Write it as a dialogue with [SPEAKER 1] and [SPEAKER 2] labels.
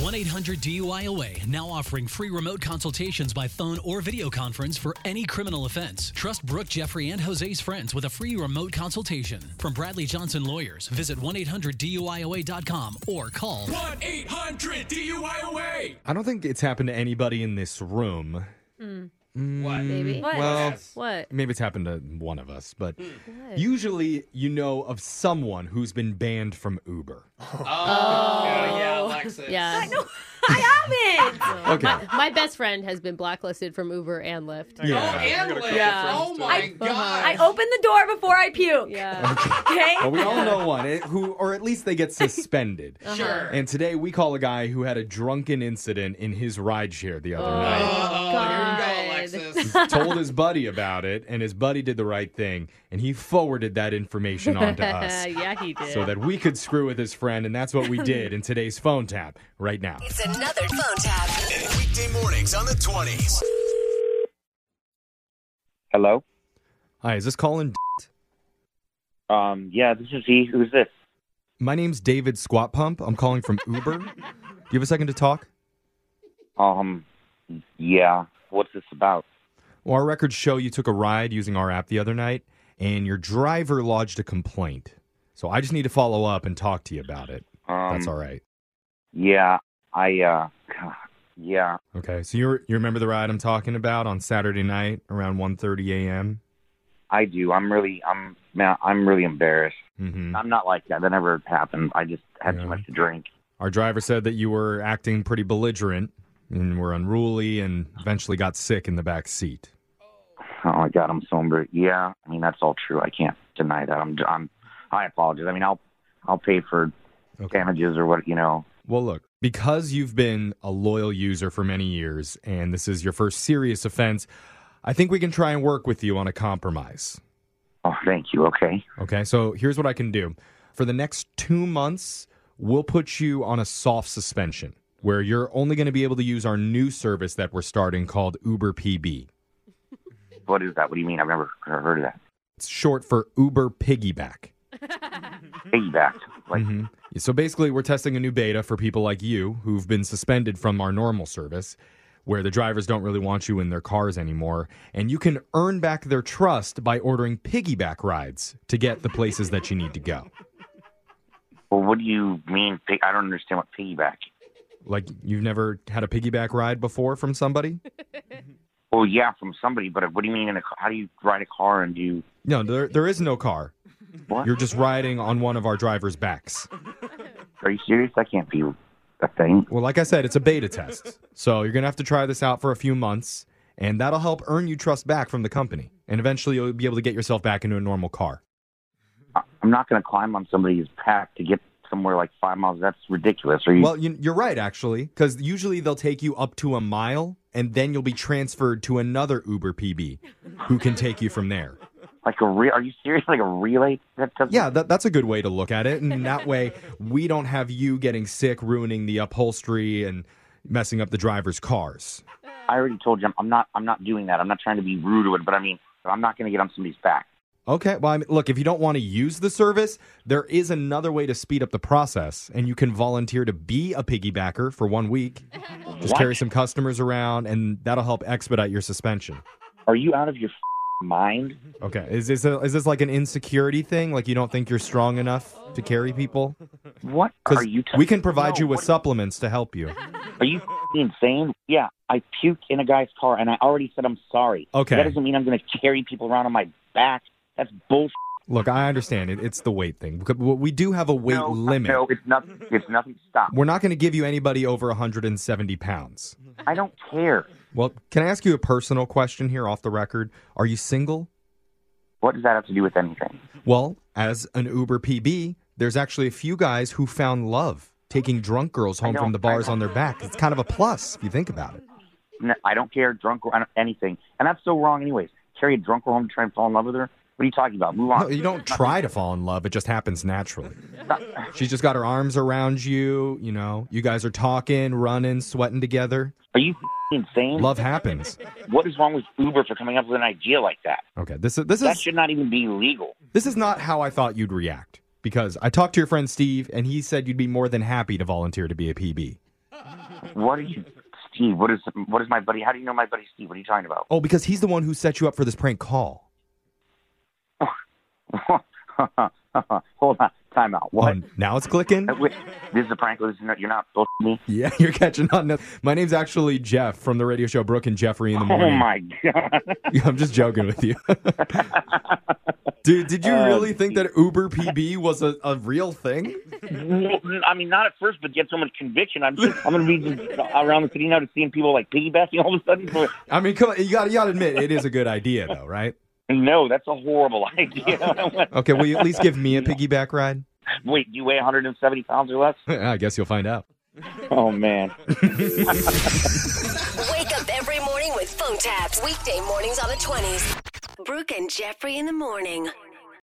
[SPEAKER 1] 1 800 DUIOA now offering free remote consultations by phone or video conference for any criminal offense. Trust Brooke, Jeffrey, and Jose's friends with a free remote consultation. From Bradley Johnson Lawyers, visit 1 800 DUIOA.com or call
[SPEAKER 2] 1 800 DUIOA.
[SPEAKER 3] I don't think it's happened to anybody in this room.
[SPEAKER 2] What?
[SPEAKER 4] Maybe. What?
[SPEAKER 3] Well-
[SPEAKER 4] what?
[SPEAKER 3] Maybe it's happened to one of us, but usually you know of someone who's been banned from Uber.
[SPEAKER 2] Oh, yeah, Alexis.
[SPEAKER 4] Yeah.
[SPEAKER 5] I haven't.
[SPEAKER 3] Okay.
[SPEAKER 4] My, my best friend has been blacklisted from Uber and Lyft.
[SPEAKER 2] Oh,
[SPEAKER 3] yeah.
[SPEAKER 2] and Liz.
[SPEAKER 4] Yeah.
[SPEAKER 2] Oh, my God.
[SPEAKER 5] I opened the door before I puke.
[SPEAKER 4] Yeah.
[SPEAKER 5] Okay.
[SPEAKER 3] Well, we all know one eh, who, or at least they get suspended.
[SPEAKER 2] Sure.
[SPEAKER 3] And today we call a guy who had a drunken incident in his rideshare the other night.
[SPEAKER 2] oh,
[SPEAKER 4] God.
[SPEAKER 2] here you go, Alexis.
[SPEAKER 3] Told his buddy about it, and his buddy did the right thing, and he forwarded that information on to us
[SPEAKER 4] yeah, he did.
[SPEAKER 3] so that we could screw with his friend, and that's what we did in today's phone tap right now.
[SPEAKER 6] It's another phone tap.
[SPEAKER 7] Weekday mornings on the 20s.
[SPEAKER 8] Hello.
[SPEAKER 3] Hi, is this Colin?
[SPEAKER 8] Um. Yeah, this is he. Who's this?
[SPEAKER 3] My name's David Squat Pump. I'm calling from Uber. Do you have a second to talk?
[SPEAKER 8] Um. Yeah. What's this about?
[SPEAKER 3] Well, our records show you took a ride using our app the other night, and your driver lodged a complaint. So I just need to follow up and talk to you about it.
[SPEAKER 8] Um,
[SPEAKER 3] That's all right.
[SPEAKER 8] Yeah. I. Uh. God, yeah.
[SPEAKER 3] Okay. So you you remember the ride I'm talking about on Saturday night around 1:30 a.m.
[SPEAKER 8] I do. I'm really. I'm. Man. I'm really embarrassed.
[SPEAKER 3] hmm
[SPEAKER 8] I'm not like that. That never happened. I just had
[SPEAKER 3] Yeah.
[SPEAKER 8] too much to drink.
[SPEAKER 3] Our driver said that you were acting pretty belligerent and were unruly, and eventually got sick in the back seat.
[SPEAKER 8] Oh my God. I'm so embarrassed. Yeah. I mean, that's all true. I can't deny that. I'm. I'm. I apologize. I mean, I'll. I'll pay for
[SPEAKER 3] Okay.
[SPEAKER 8] damages or what you know.
[SPEAKER 3] Well, look, because you've been a loyal user for many years and this is your first serious offense, I think we can try and work with you on a compromise.
[SPEAKER 8] Oh, thank you. Okay.
[SPEAKER 3] Okay, so here's what I can do. For the next two months, we'll put you on a soft suspension where you're only going to be able to use our new service that we're starting called Uber PB.
[SPEAKER 8] What is that? What do you mean? I've never heard of that.
[SPEAKER 3] It's short for Uber Piggyback.
[SPEAKER 8] Piggyback. Like.
[SPEAKER 3] Mhm. So basically, we're testing a new beta for people like you who've been suspended from our normal service, where the drivers don't really want you in their cars anymore. And you can earn back their trust by ordering piggyback rides to get the places that you need to go.
[SPEAKER 8] Well, what do you mean? Pig- I don't understand what piggyback.
[SPEAKER 3] Like, you've never had a piggyback ride before from somebody?
[SPEAKER 8] Well, yeah, from somebody, but what do you mean? In a, ca- how do you ride a car and do you?
[SPEAKER 3] No, there, there is no car.
[SPEAKER 8] What?
[SPEAKER 3] You're just riding on one of our drivers' backs.
[SPEAKER 8] Are you serious? That can't be a thing.
[SPEAKER 3] Well, like I said, it's a beta test. So you're going to have to try this out for a few months, and that'll help earn you trust back from the company. And eventually, you'll be able to get yourself back into a normal car.
[SPEAKER 8] I- I'm not going to climb on somebody's back to get somewhere like five miles. That's ridiculous. Are you?
[SPEAKER 3] Well, you, you're right, actually, because usually they'll take you up to a mile, and then you'll be transferred to another Uber PB who can take you from there.
[SPEAKER 8] like a re- Are you serious? Like a relay? That doesn't.
[SPEAKER 3] Yeah, that, that's a good way to look at it. And that way, we don't have you getting sick, ruining the upholstery, and messing up the driver's cars.
[SPEAKER 8] I already told you. I'm, I'm not. I'm not doing that. I'm not trying to be rude to it, but I mean, I'm not going to get on somebody's back.
[SPEAKER 3] Okay. Well, I mean, look, if you don't want to use the service, there is another way to speed up the process, and you can volunteer to be a piggybacker for one week. Just
[SPEAKER 8] What?
[SPEAKER 3] carry some customers around, and that'll help expedite your suspension.
[SPEAKER 8] Are you out of your f- mind?
[SPEAKER 3] Okay. Is this a, is this like an insecurity thing? Like you don't think you're strong enough to carry people?
[SPEAKER 8] What are
[SPEAKER 3] Because
[SPEAKER 8] you? t-
[SPEAKER 3] we can provide
[SPEAKER 8] No,
[SPEAKER 3] you with
[SPEAKER 8] what-
[SPEAKER 3] supplements to help you.
[SPEAKER 8] Are you f***ing insane? Yeah, I puked in a guy's car, and I already said I'm sorry.
[SPEAKER 3] Okay.
[SPEAKER 8] That doesn't mean I'm going to carry people around on my back. That's bullshit.
[SPEAKER 3] Look, I understand it. It's the weight thing. Because We do have a weight
[SPEAKER 8] no,
[SPEAKER 3] limit.
[SPEAKER 8] No, it's nothing. It's nothing. Stop.
[SPEAKER 3] We're not going to give you anybody over 170 pounds.
[SPEAKER 8] I don't care.
[SPEAKER 3] Well, can I ask you a personal question here off the record? Are you single?
[SPEAKER 8] What does that have to do with anything?
[SPEAKER 3] Well, as an Uber PB, there's actually a few guys who found love taking drunk girls home
[SPEAKER 8] know,
[SPEAKER 3] from the
[SPEAKER 8] I
[SPEAKER 3] bars
[SPEAKER 8] know.
[SPEAKER 3] on their back. It's kind of a plus if you think about it.
[SPEAKER 8] No, I don't care. Drunk or I don't, anything. And that's so wrong, anyways. Carry a drunk girl home to try and fall in love with her. What are you talking about? Move on.
[SPEAKER 3] No, you don't try to fall in love, it just happens naturally. She's just got her arms around you, you know. You guys are talking, running, sweating together.
[SPEAKER 8] Are you f***ing insane?
[SPEAKER 3] Love happens.
[SPEAKER 8] What is wrong with Uber for coming up with an idea like that?
[SPEAKER 3] Okay, this is this
[SPEAKER 8] That
[SPEAKER 3] is
[SPEAKER 8] should not even be legal.
[SPEAKER 3] this is not how I thought you'd react because I talked to your friend Steve and he said you'd be more than happy to volunteer to be a PB.
[SPEAKER 8] What are you, Steve? What is what is my buddy? How do you know my buddy Steve? What are you talking about?
[SPEAKER 3] Oh, because he's the one who set you up for this prank call.
[SPEAKER 8] Hold on, time out. What?
[SPEAKER 3] Oh, now it's clicking.
[SPEAKER 8] Wait, this is a prank. This is not, you're not bullshitting me.
[SPEAKER 3] Yeah, you're catching on. Now. My name's actually Jeff from the radio show Brooke and Jeffrey in the
[SPEAKER 8] Oh
[SPEAKER 3] morning.
[SPEAKER 8] my god!
[SPEAKER 3] I'm just joking with you. Dude, did you
[SPEAKER 8] Oh,
[SPEAKER 3] really think that Uber PB was a, a real thing?
[SPEAKER 8] No, I mean, not at first, but you have so much conviction. I'm I'm gonna be just around the city now to seeing people like piggybacking all of a sudden. So,
[SPEAKER 3] I mean, come on, you got you got to admit it is a good idea though, right?
[SPEAKER 8] no, that's a horrible idea.
[SPEAKER 3] Okay, will you at least give me a piggyback ride?
[SPEAKER 8] Wait, do you weigh 170 pounds or less?
[SPEAKER 3] I guess you'll find out.
[SPEAKER 8] Oh man.
[SPEAKER 6] Wake up every morning with phone taps. Weekday mornings on the 20s. Brooke and Jeffrey in the morning.